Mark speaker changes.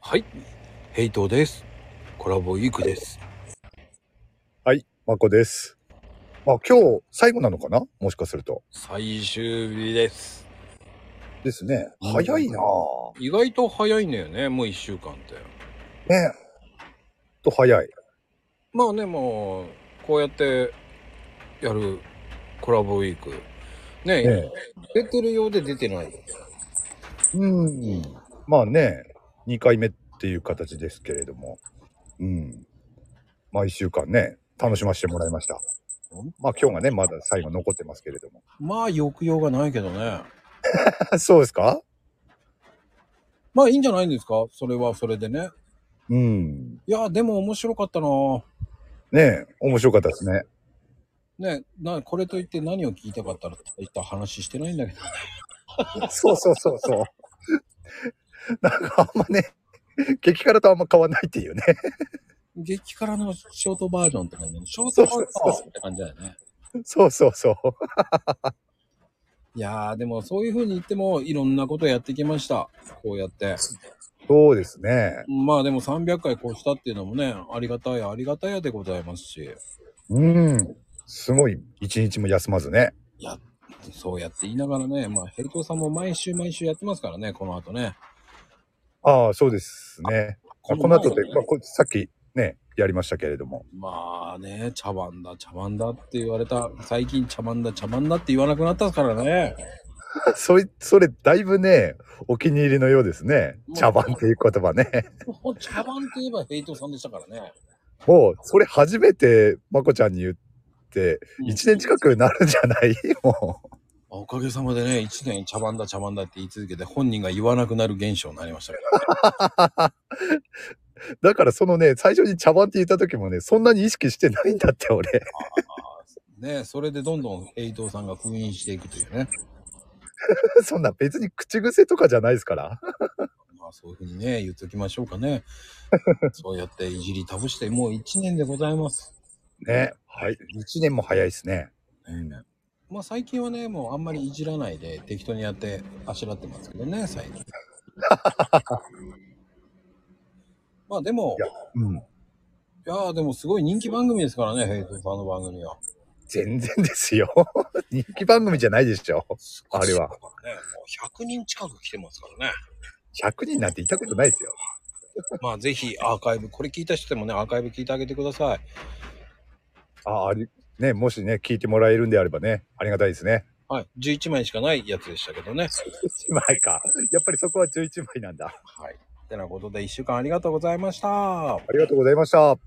Speaker 1: はい、ヘイトーです。コラボウィークです。
Speaker 2: はい、まこです。まあ今日最後なのかなもしかすると。
Speaker 1: 最終日です。
Speaker 2: ですね。
Speaker 1: うん
Speaker 2: 早いなぁ。
Speaker 1: 意外と早いんだよね、もう1週間って。
Speaker 2: ねと早い。
Speaker 1: まあね、もう、こうやってやるコラボウィーク。ね、
Speaker 2: ね
Speaker 1: 出てるようで出てない。
Speaker 2: うん。まあね、2回目っていう形ですけれども。うん。まあ1週間ね、楽しませてもらいました。まあ今日がね、まだ最後残ってますけれども。
Speaker 1: まあ、抑揚がないけどね。
Speaker 2: そうですか
Speaker 1: まあ、いいんじゃないんですかそれはそれでね。
Speaker 2: うん。
Speaker 1: いや、でも面白かったな
Speaker 2: ね面白かったですね。
Speaker 1: ね、なこれといって何を聞いたかったら大した話してないんだけど。
Speaker 2: そうそうそうそう。 なんかあんまね、激辛とあんま変わんないっていうね。
Speaker 1: 激辛のショートバージョンって感じ。ショートバージョンって感じだよね。
Speaker 2: そうそうそう。
Speaker 1: いやー、でもそういう風に言っても、いろんなことやってきました。こうやって。
Speaker 2: そうですね。
Speaker 1: まあでも300回越したっていうのもね、ありがたやありがたやでございますし、
Speaker 2: うん。すごい、一日も休まずね。
Speaker 1: そうやって言いながらね、まあヘルトさんも毎週毎週やってますからね、この後ね。
Speaker 2: ああ、そうですね。この後で、
Speaker 1: 前
Speaker 2: まあ、こさっきね、やりましたけれども。
Speaker 1: まあね、茶番だ、茶番だって言われた、最近茶番だ、茶番だって言わなくなったからね。
Speaker 2: それ、それ、だいぶね、お気に入りのようですね
Speaker 1: も。う
Speaker 2: 茶番っていう言葉ね。
Speaker 1: もう茶番って言えばヘイトさんでしたからね。
Speaker 2: もう、それ初めて、まこちゃんに言って、
Speaker 1: うん
Speaker 2: 一年近くなるんじゃない もう。
Speaker 1: おかげさまでね、1年茶番だ、茶番だって言い続けて、本人が言わなくなる現象になりましたから。
Speaker 2: だからそのね、最初に茶番って言った時もね、そんなに意識してないんだって、俺。
Speaker 1: ね、それでどんどんヘイトさんが封印していくというね。
Speaker 2: そんな別に口癖とかじゃないですから。
Speaker 1: まあそういうふうにね、言っておきましょうか ね。そうやっていじり倒して、もう1年でございます。
Speaker 2: ね。はい。一年も早いですね。
Speaker 1: まあ最近はね、もうあんまりいじらないで適当にやってあしらってますけどね、最 近。まあでも、い
Speaker 2: いうん。
Speaker 1: やーでもすごい人気番組ですからね、ヘイトさんの番組は。
Speaker 2: 全然ですよ。 人気番組じゃないでしょ。あれ
Speaker 1: ね、も
Speaker 2: は
Speaker 1: う100人近く来てますからね。
Speaker 2: 100人なんていたことないですよ。
Speaker 1: まあぜひアーカイブ、これ聞いた人でもね、アーカイブ聞いてあげてください。
Speaker 2: ああり、ね、もしね、聞いてもらえるんであればね、ありがたいです ね。
Speaker 1: はい、11枚しかないやつでしたけどね。
Speaker 2: 11枚か。やっぱりそこは11枚なんだ。
Speaker 1: はい。てなことで、一週間ありがとうございました。
Speaker 2: ありがとうございました。